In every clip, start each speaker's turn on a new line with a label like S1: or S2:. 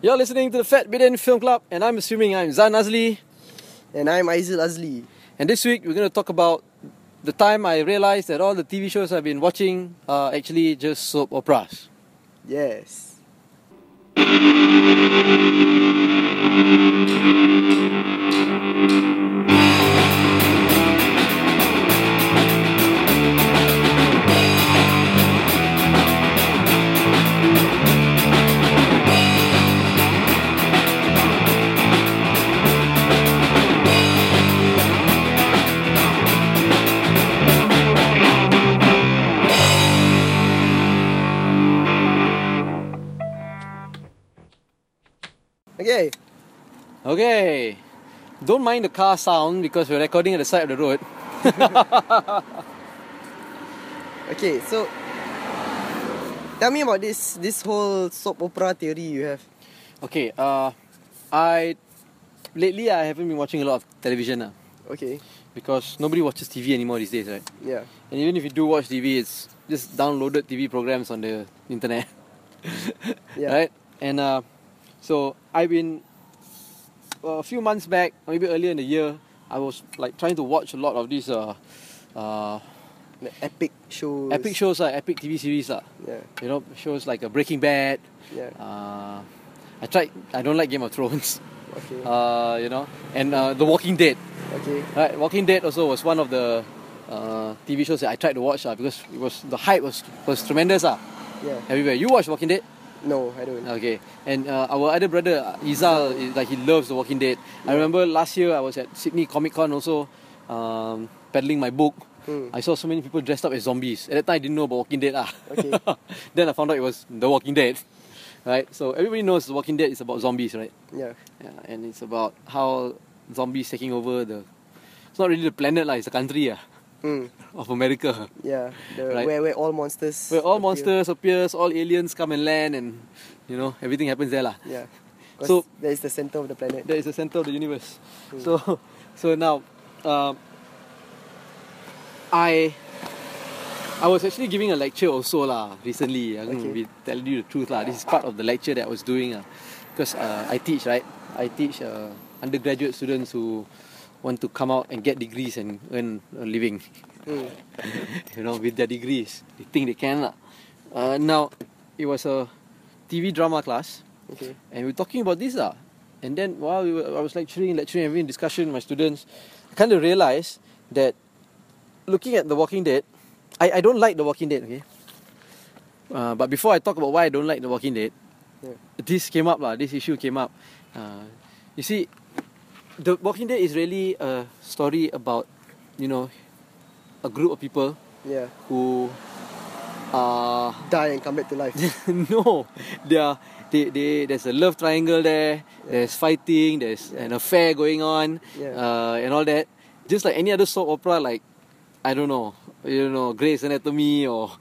S1: You're listening to the Fat Bidden Film Club, and I'm assuming I'm Zan Azli.
S2: And I'm Aizil Azli.
S1: And this week we're going to talk about the time I realized that all the TV shows I've been watching are actually just soap operas.
S2: Yes. Okay.
S1: Okay, don't mind the car sound because we're recording at the side of the road.
S2: Okay. So, tell me about this this whole soap opera theory you have.
S1: Okay, uh, I lately I haven't been watching a lot of television uh,
S2: Okay.
S1: because nobody watches TV anymore these days, right?
S2: Yeah.
S1: And even if you do watch TV, it's just downloaded TV programs on the internet,
S2: Yeah.
S1: right? And uh, so I've been a few months back, or maybe earlier in the year, I was like trying to watch a lot of these uh, uh,
S2: The epic shows.
S1: epic shows, uh, epic TV series, uh,
S2: Yeah.
S1: you know, shows like uh, Breaking Bad.
S2: Yeah.
S1: Uh, I tried. I don't like Game of Thrones,
S2: Okay.
S1: uh, you know, and uh, The Walking Dead.
S2: okay.
S1: Right, Walking Dead also was one of the uh, TV shows that I tried to watch uh, because it was the hype was was tremendous uh,
S2: Yeah.
S1: everywhere. You watch Walking Dead,
S2: No, I don't.
S1: okay? And uh, our other brother uh, Izal, is, like he loves the Walking Dead. I remember last year I was at Sydney Comic Con also, um, peddling my book.
S2: Mm.
S1: I saw so many people dressed up as zombies. At that time, I didn't know about Walking Dead. Ah.
S2: Okay.
S1: then I found out it was The Walking Dead. Right? So everybody knows The Walking Dead is about zombies, right?
S2: Yeah.
S1: Yeah, and it's about how zombies taking over the. It's not really the planet, like, it's the country ah,
S2: Mm.
S1: of America.
S2: Yeah. The,
S1: Right.
S2: Where where all monsters.
S1: Where all
S2: appear.
S1: monsters appears, all aliens come and land, and you know, everything happens there. lah.
S2: Yeah.
S1: So-
S2: So that is the center of the planet.
S1: That is the center of the universe.
S2: Mm.
S1: So, so now, um, I, I was actually giving a lecture also lah recently. I'm gonna be
S2: Okay.
S1: telling you the truth lah. This is part of the lecture that I was doing ah, because uh, I teach right. I teach uh, undergraduate students who want to come out and get degrees and earn a living.
S2: Mm.
S1: you know, with their degrees, they think they can lah. Uh, now, it was a TV drama class
S2: Okay.
S1: and we were talking about this lah. And then while we were, I was lecturing, lecturing, having discussion with my students, I kind of realized that looking at The Walking Dead, I, I don't like The Walking Dead, okay? Uh, but before I talk about why I don't like The Walking Dead,
S2: Yeah.
S1: this came up lah, this issue came up. Uh, you see, The Walking Dead is really a story about, you know, a group of people
S2: Yeah.
S1: who are
S2: Die and come back to life.
S1: no, there are, they, they, there's a love triangle there. There's fighting. There's
S2: Yeah.
S1: an affair going on,
S2: Yeah.
S1: uh, and all that. Just like any other soap opera, like I don't know, you know, Grey's Anatomy or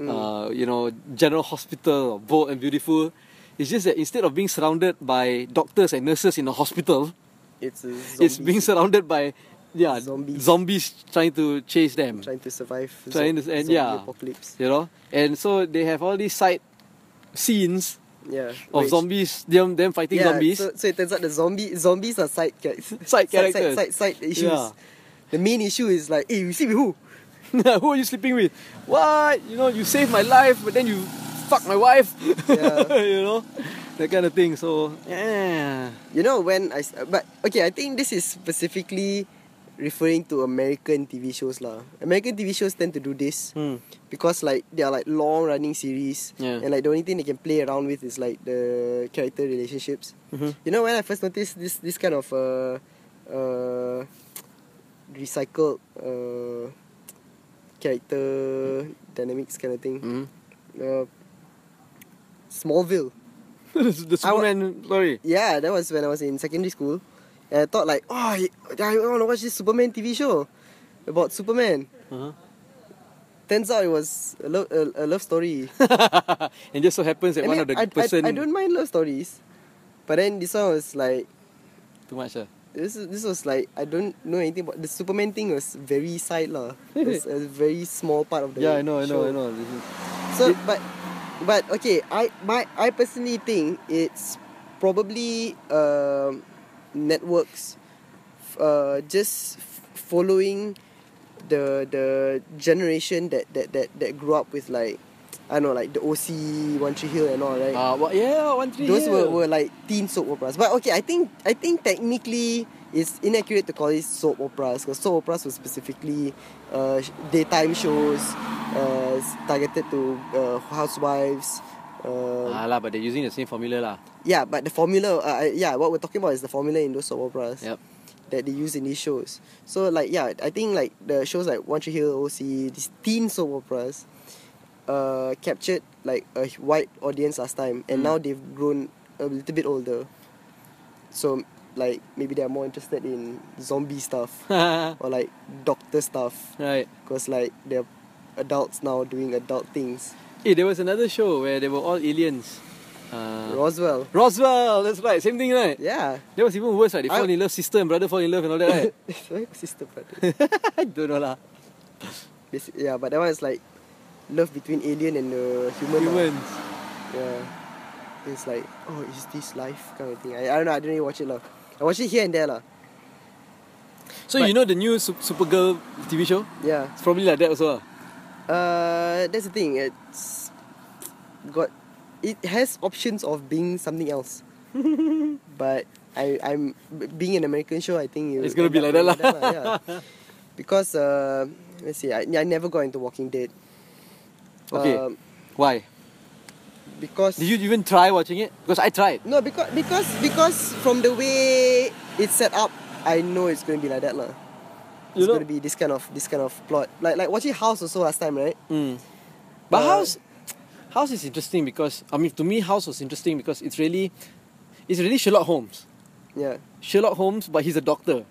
S2: Mm.
S1: uh, you know General Hospital or Bold and Beautiful. It's just that instead of being surrounded by doctors and nurses in a hospital,
S2: it's a
S1: it's
S2: zombie
S1: being surrounded by yeah
S2: Zombies.
S1: zombies trying to chase them.
S2: trying to survive.
S1: Trying
S2: zo-
S1: to- and
S2: zombie
S1: yeah.
S2: Apocalypse.
S1: You know, and so they have all these side scenes
S2: Yeah.
S1: of
S2: which-
S1: zombies, them, them fighting
S2: yeah,
S1: zombies.
S2: So, so it turns out the zombie zombies are side ca-
S1: Side characters.
S2: Side, side, side issues.
S1: Yeah.
S2: The main issue is like, hey, you sleep with who?
S1: Who are you sleeping with? What? You know, you saved my life, but then you fuck my wife.
S2: Yeah.
S1: you know, that kind of thing. So, yeah.
S2: You know when I s- but okay, I think this is specifically referring to American TV shows lah. American TV shows tend to do this
S1: Hmm.
S2: because like they are like long running series
S1: Yeah.
S2: and like the only thing they can play around with is like the character relationships.
S1: Mhm.
S2: You know when I first noticed this this kind of uh uh recycled uh character dynamics kind of thing.
S1: Mhm.
S2: Uh, Smallville.
S1: the the
S2: I wa-
S1: Superman story.
S2: Yeah, that was when I was in secondary school. And I thought like, oh, I, I want to watch this Superman TV show about Superman.
S1: Uh-huh.
S2: Turns out it was a, lo- a, a love story.
S1: and just so happens that
S2: I
S1: one of
S2: mean,
S1: the
S2: I, I-
S1: person
S2: I, don't mind love stories, but then this one was like,
S1: too much. Uh.
S2: this is- this was like I don't know anything about the Superman thing was very side lah. It was a very small part of the
S1: Yeah, I know, I know,
S2: show.
S1: I know. This is-
S2: So but but okay, I my I personally think it's probably um networks f- uh, just f- following the the generation that, that, that, that grew up with like I don't know like the OC, One Tree Hill and all right.
S1: Uh, well, yeah, one three.
S2: Those
S1: yeah.
S2: were, were like teen soap operas. But okay, I think I think technically it's inaccurate to call it soap operas because soap operas were specifically uh, sh- daytime shows uh, s- targeted to uh, housewives. Uh,
S1: Ah lah, but they're using the same formula lah.
S2: yeah, but the formula, uh, I- yeah, what we're talking about is the formula in those soap operas
S1: Yep.
S2: that they use in these shows. So like yeah, I think like the shows like One Tree Hill, OC, these teen soap operas, uh, captured like a wide audience last time,
S1: Mm.
S2: and now they've grown a little bit older. So like maybe they're more interested in zombie stuff or like doctor stuff,
S1: right.
S2: cause like they're adults now doing adult things.
S1: Eh, there was another show where they were all aliens. Uh,
S2: Roswell,
S1: Roswell, that's right. Same thing, right?
S2: yeah,
S1: That was even worse, right? They
S2: I-
S1: fall in love, sister and brother fall in love and all that, right?
S2: sister brother.
S1: I don't know lah.
S2: Basi- yeah, but that one is like love between alien and the human. lah.
S1: Humans.
S2: Yeah. It's like, oh, is this life kind of thing. I, I don't know. I didn't really watch it lah. I watch it here and there lah.
S1: So
S2: But-
S1: you know the new Sup- Supergirl TV show?
S2: Yeah.
S1: It's probably like that also. ah.
S2: Uh, that's the thing. It's got, it has options of being something else. but I, I'm b- being an American show. I think you.
S1: It's gonna
S2: end
S1: be
S2: up
S1: like that
S2: being
S1: lah.
S2: yeah. Because uh, let's see. I, I never got into Walking Dead.
S1: Okay.
S2: Um,
S1: Why?
S2: because
S1: Did you even try watching it? Because I tried.
S2: No, because because because from the way it's set up, I know it's gonna be like that lah. It's
S1: You know-
S2: gonna be this kind of this kind of plot. Like like watching House also last time, right?
S1: Mm. But
S2: Uh,
S1: House, House is interesting because I mean to me House was interesting because it's really, it's really Sherlock Holmes.
S2: Yeah,
S1: Sherlock Holmes, but he's a doctor.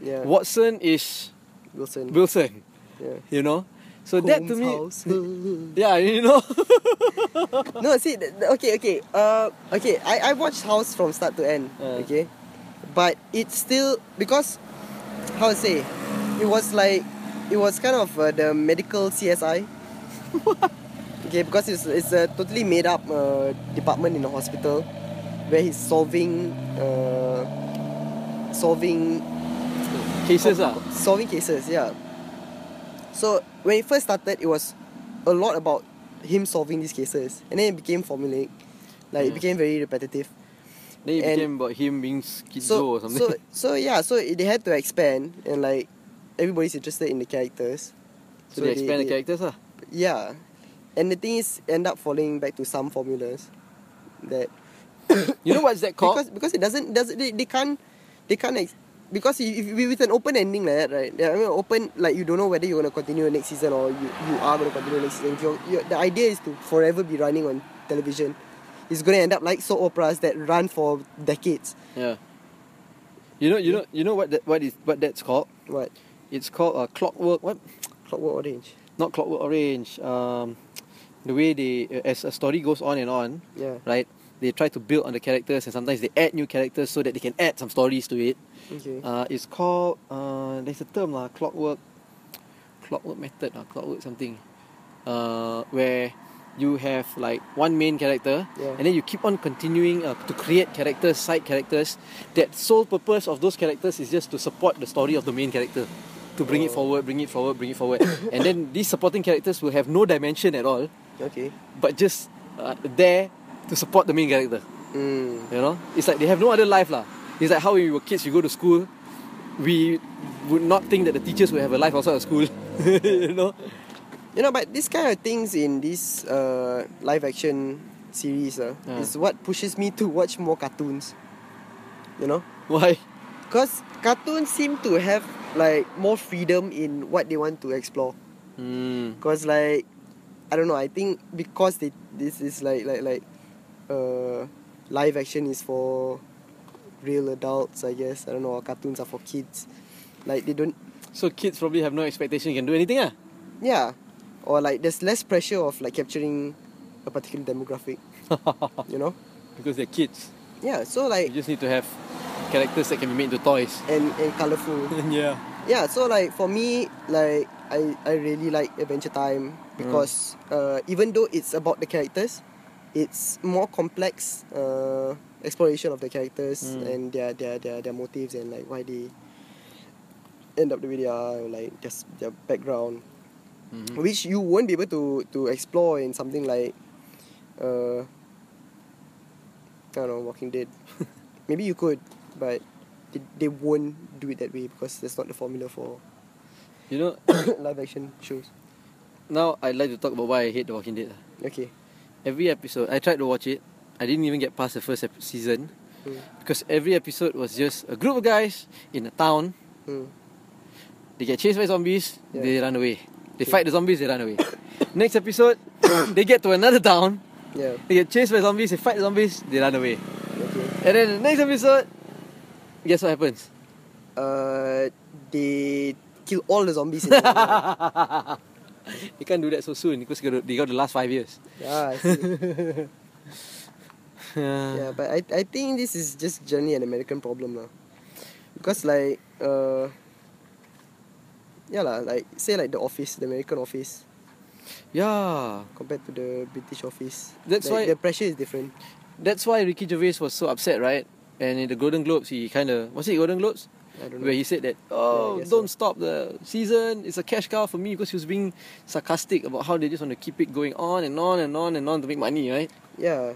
S2: yeah.
S1: Watson is
S2: Wilson?
S1: Wilson.
S2: yeah.
S1: You know, so that to
S2: Holmes'
S1: me,
S2: house.
S1: yeah, you know,
S2: no, see, th- th- okay, okay, uh, okay. I I watched House from start to end.
S1: Uh.
S2: Okay, but it's still because how to say, it was like it was kind of uh, the medical CSI. okay, because it's it's a totally made up uh, department in a hospital where he's solving uh, solving
S1: cases ah.
S2: solving cases, yeah. So when it first started, it was a lot about him solving these cases, and then it became formulaic, like it
S1: Yeah.
S2: became very repetitive.
S1: Then it
S2: And-
S1: became about him being schizo
S2: So
S1: or something.
S2: so so yeah, so it- they had to expand, and like everybody's interested in the characters.
S1: So, they expand the
S2: they-
S1: characters ah.
S2: Yeah, and the thing is, end up falling back to some formulas that
S1: You know what's that called?
S2: because because it doesn't does they, they can't they can't ex- because if, if with an open ending like that right I mean open like you don't know whether you're gonna continue next season or you, you are gonna continue next season. If You're, you're, the idea is to forever be running on television. It's gonna end up like soap operas that run for decades.
S1: yeah. You know, you know, you know what that what is what that's called?
S2: What
S1: It's called a uh, clockwork. What?
S2: Clockwork Orange?
S1: Not clockwork orange. Um, the way they uh, as a story goes on and on,
S2: Yeah.
S1: right? They try to build on the characters and sometimes they add new characters so that they can add some stories to it.
S2: Okay.
S1: Uh, it's called uh, there's a term lah, clockwork, clockwork method or clockwork something, uh, where you have like one main character
S2: Yeah.
S1: and then you keep on continuing uh, to create characters, side characters. That sole purpose of those characters is just to support the story of the main character, to bring it
S2: Oh.
S1: forward, bring it forward, bring it forward. and then these supporting characters will have no dimension at all,
S2: okay.
S1: but just uh, there to support the main character.
S2: Mm.
S1: You know, it's like they have no other life lah. It's like how when we were kids, we go to school, we would not think that the teachers would have a life outside of school. you know,
S2: You know, but this kind of things in this uh, live action series uh,
S1: Yeah.
S2: is what pushes me to watch more cartoons. You know.
S1: why?
S2: Because cartoons seem to have like more freedom in what they want to explore.
S1: Mm.
S2: Because like I don't know, I think because they this is like like like uh live action is for real adults I guess. I don't know, or cartoons are for kids. Like they don't
S1: So kids probably have no expectation you can do anything ah.
S2: yeah. Or like there's less pressure of like capturing a particular demographic. you know?
S1: because they're kids.
S2: Yeah, so
S1: You
S2: like
S1: just need to have characters that can be made into toys.
S2: and and colourful.
S1: yeah.
S2: yeah so like for me like i i really like adventure time because uh even though it's about the characters it's more complex uh, exploration of the characters
S1: Mm.
S2: and their, their their their motives and like why they end up the way they are, like just their background,
S1: Mhm.
S2: which you won't be able to to explore in something like, uh, I don't know, Walking Dead. Maybe you could, but they, they won't do it that way because that's not the formula for
S1: You know,
S2: live action shows.
S1: now I'd like to talk about why I hate The Walking Dead. lah.
S2: Okay.
S1: Every episode, I tried to watch it. I didn't even get past the first ep- season
S2: Mm.
S1: because every episode was just a group of guys in a town.
S2: Mm.
S1: They get chased by zombies.
S2: Yeah.
S1: They run away. They
S2: Yeah.
S1: fight the zombies. They run away. Next episode, they get to another town.
S2: Yeah.
S1: They get chased by zombies. They fight the zombies. They run away.
S2: Okay.
S1: And then the next episode, guess what happens?
S2: Uh, they kill all the zombies. in the world.
S1: You can't do that so soon because they got, they got the last five years.
S2: yeah, I see.
S1: yeah.
S2: yeah, but I, I think this is just generally an American problem lah. Because like uh, yeah lah, like say like the office, the American office
S1: yeah.
S2: compared to the British office.
S1: That's
S2: like,
S1: why-
S2: the pressure is different.
S1: That's why Ricky Gervais was so upset, right? And in the Golden Globes, he kind of was it Golden Globes
S2: I don't know.
S1: where he said that, oh,
S2: guess
S1: don't
S2: so.
S1: stop the season. It's a cash cow for me because he was being sarcastic about how they just want to keep it going on and on and on and on to make money, right?
S2: yeah.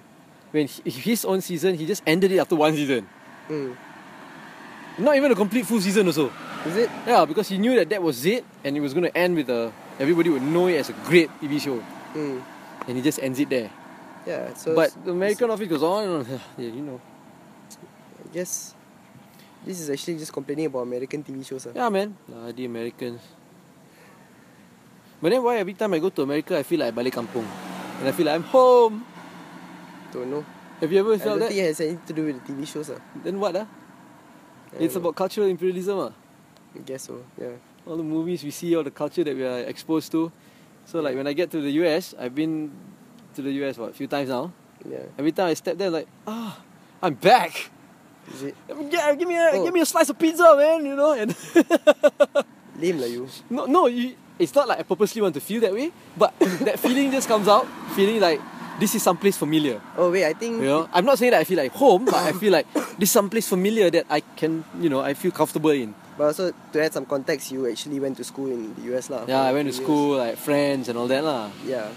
S1: When he, his own season, he just ended it after one season,
S2: Mm.
S1: not even a complete full season also.
S2: Is it?
S1: Yeah, because he knew that that was it, and it was going to end with a everybody would know it as a great TV show,
S2: Mm.
S1: and he just ends it there.
S2: Yeah. So
S1: but
S2: it's-
S1: the American office goes on and on. yeah, you know.
S2: I guess this is actually just complaining about American TV shows. ah.
S1: Yeah, man. Bloody Americans. But then why every time I go to America, I feel like I balik kampung, and I feel like I'm home.
S2: Don't know.
S1: Have you ever
S2: I don't
S1: felt that?
S2: think it has anything to do with the TV shows. ah.
S1: Then what? Ah,
S2: I
S1: it's
S2: don't know.
S1: about cultural imperialism. Ah,
S2: I guess so. Yeah.
S1: all the movies we see, all the culture that we are exposed to. So like when I get to the US, I've been to the US what a few times now.
S2: Yeah.
S1: Every time I step there, like ah, I'm back.
S2: Is it
S1: Yeah, give me a
S2: Oh.
S1: give me a slice of pizza, man. You know, and
S2: lame lah you?
S1: no, no, you, it's not like I purposely want to feel that way, but that feeling just comes out, feeling like this is someplace familiar.
S2: Oh wait, I think
S1: You know, I'm not saying that I feel like home, but I feel like this is someplace familiar that I can, you know, I feel comfortable in.
S2: But also to add some context, you actually went to school in the US lah.
S1: Yeah,
S2: for
S1: I went to
S2: two years.
S1: school, like friends and all that lah.
S2: Yeah.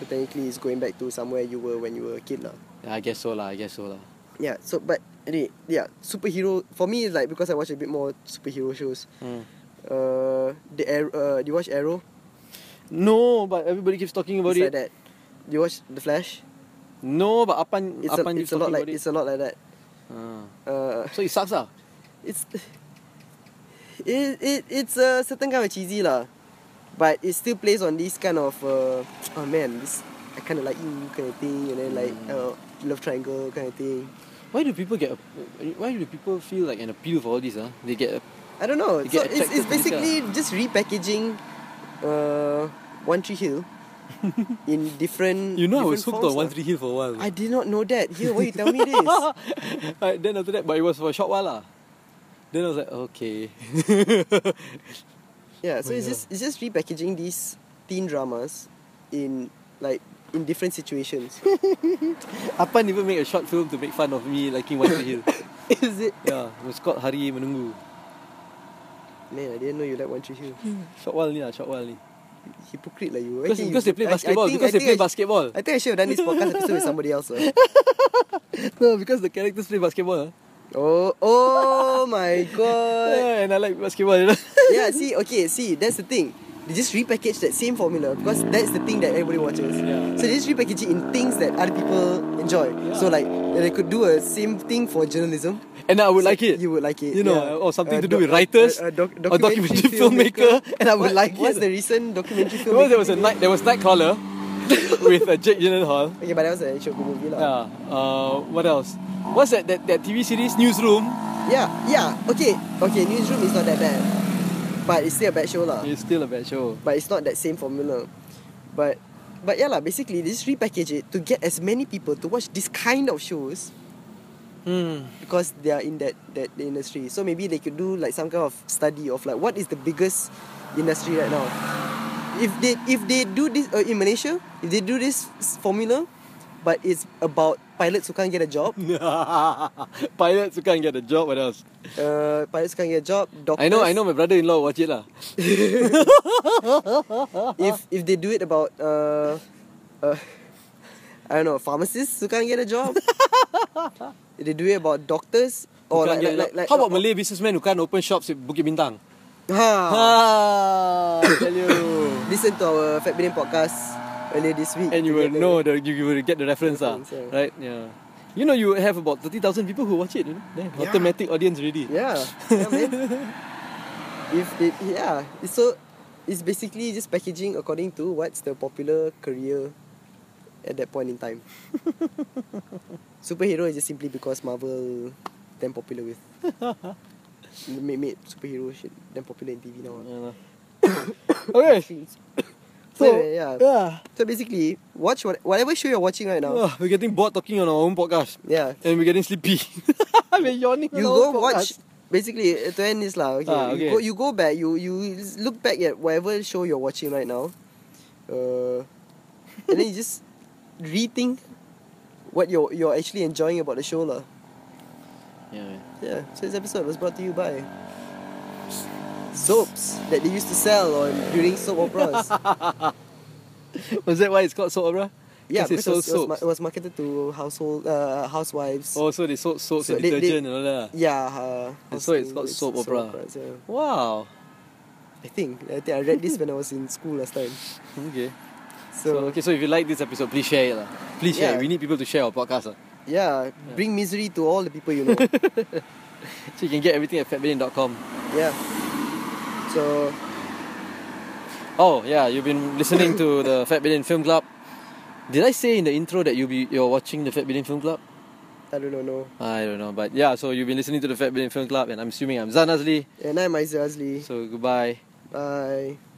S2: So technically, it's going back to somewhere you were when you were a kid lah.
S1: Yeah, I guess so lah. I guess so lah.
S2: Yeah. So but anyway, yeah, superhero for me is like because I watch a bit more superhero shows.
S1: Mm.
S2: Uh, the Arrow. Uh, do you watch Arrow?
S1: No, but everybody keeps talking about it.
S2: it's like that. Do you watch The Flash?
S1: No, but Apan,
S2: It's, a,
S1: Apan
S2: it's
S1: keeps
S2: a
S1: talking
S2: lot like
S1: about it.
S2: it's a lot like that.
S1: Ah.
S2: Uh,
S1: So it sucks lah.
S2: it's it, it it's a certain kind of cheesy lah, but it still plays on this kind of uh, oh man, this I kind of like you kind of thing, and then
S1: Mm.
S2: like uh, love triangle kind of thing.
S1: Why do people get? a- Why do people feel like an appeal for all this? Ah, they get. a-
S2: I don't know.
S1: You
S2: So
S1: get
S2: it's, it's
S1: attracted to this
S2: basically just repackaging uh, One Tree Hill in different.
S1: You know, I
S2: different
S1: was hooked
S2: forms
S1: on One
S2: lah.
S1: Tree Hill for a while.
S2: I did not know that. Here, why you tell me this?
S1: Uh, then after that, but it was for a short while lah. Then I was like, okay.
S2: Yeah, so
S1: But
S2: it's
S1: yeah.
S2: just it's just repackaging these teen dramas in like in different situations.
S1: Apan even make a short film to make fun of me liking One Tree Hill.
S2: Is it?
S1: yeah, it was called Hari Menunggu.
S2: Man, I didn't know you like One Tree Hill.
S1: Short while ni lah, short while ni.
S2: Hypocrite like you. I
S1: Because,
S2: think
S1: because
S2: you-
S1: they play
S2: I- I
S1: basketball,
S2: think- I
S1: because they
S2: think
S1: play
S2: I sh-
S1: basketball.
S2: I think I should have done this podcast episode with somebody else. uh.
S1: no, because the characters play basketball. ah.
S2: Oh, oh my god.
S1: Yeah, and I like basketball, you know.
S2: Yeah, see, okay, see, that's the thing. They just repackage that same formula because that's the thing that everybody watches.
S1: Yeah.
S2: So they just repackage it in things that other people enjoy.
S1: Yeah.
S2: So like they could do a same thing for journalism.
S1: and I would
S2: So
S1: like it.
S2: You would like it.
S1: You know,
S2: yeah.
S1: or something
S2: A
S1: to do
S2: doc-
S1: with writers,
S2: a, a doc-
S1: or documentary filmmaker, and I would
S2: What-
S1: like
S2: What's
S1: it.
S2: the recent documentary
S1: There was,
S2: filmmaker?
S1: there was a night, there was Nightcrawler with uh, Jake Gyllenhaal.
S2: Okay, but that was an actual good movie, lah.
S1: Yeah. Uh, what else? What's that, that that TV series Newsroom?
S2: Yeah, yeah. Okay, okay. Newsroom is not that bad, but it's still a bad show, lah.
S1: It's still a bad show.
S2: But it's not that same formula. But, but yeah, lah. Basically, they just repackage it to get as many people to watch this kind of shows
S1: Hmm.
S2: because they are in that that industry. So maybe they could do like some kind of study of like what is the biggest industry right now. If they if they do this uh, in Malaysia, if they do this s- formula, but it's about pilots who can't get a job.
S1: Pilots who can't get a job, what else?
S2: Uh, pilots who can't get a job.
S1: I
S2: Doctors.
S1: know, I know my brother in law watch it lah.
S2: If
S1: Oh.
S2: if they do it about uh, uh, I don't know, pharmacists who can't get a job. If they do it about doctors
S1: Who
S2: or
S1: can't
S2: like,
S1: get a
S2: like, like,
S1: job.
S2: like
S1: How about Malay businessmen who can't open shops at Bukit Bintang?
S2: Ha.
S1: Ah, I tell you.
S2: Listen to our Fat Bidin podcast earlier this week.
S1: And you will
S2: together.
S1: know the you, you will get the reference, ah,
S2: Reference, yeah.
S1: right? Yeah. You know you have about thirty thousand people who watch it. You know, There,
S2: Yeah.
S1: automatic audience already.
S2: Yeah, yeah man. if it, yeah, it's so it's basically just packaging according to what's the popular career at that point in time. superhero is just simply because Marvel damn popular with made, made superhero shit damn popular in TV now.
S1: Yeah lah. okay. So
S2: Anyway, yeah.
S1: yeah.
S2: So basically, watch what, whatever show you're watching right now.
S1: Ah, we're getting bored talking on our own podcast,
S2: Yeah,
S1: and we're getting sleepy. we're yawning. on
S2: you
S1: our
S2: go
S1: own
S2: watch.
S1: podcast.
S2: Basically, uh, to end this lah. Okay,
S1: Ah, okay.
S2: You, go, you go back. You you just look back at whatever show you're watching right now, uh, and then you just rethink what you're you're actually enjoying about the show lah.
S1: Yeah.
S2: Yeah. So this episode was brought to you by soaps that they used to sell on during soap operas.
S1: Was that why it's called soap opera?
S2: yeah,
S1: Because they
S2: because it was, it,
S1: sold
S2: was, ma- it was marketed to household uh, housewives.
S1: Oh, so they sold soaps
S2: So
S1: and
S2: they- they-
S1: detergent and all that. ah.
S2: Yeah. Uh,
S1: And so it's
S2: household-
S1: called soap opera.
S2: operas, yeah.
S1: Wow.
S2: I think I think I read this when I was in school last time.
S1: Okay. So,
S2: So,
S1: okay, so if you like this episode, please share it. lah. Please share.
S2: Yeah.
S1: it. We need people to share our podcast. lah.
S2: yeah, bring misery to all the people you know.
S1: So you can get everything at fatbillion.com.
S2: yeah. So
S1: Oh yeah, you've been listening to the Fat Billion Film Club. Did I say in the intro that you be you're watching the Fat Billion Film Club?
S2: I don't know. No.
S1: I don't know, but yeah. So you've been listening to the Fat Billion Film Club, and I'm assuming I'm Zan Azli.
S2: And I'm Isra Azli.
S1: So goodbye.
S2: Bye.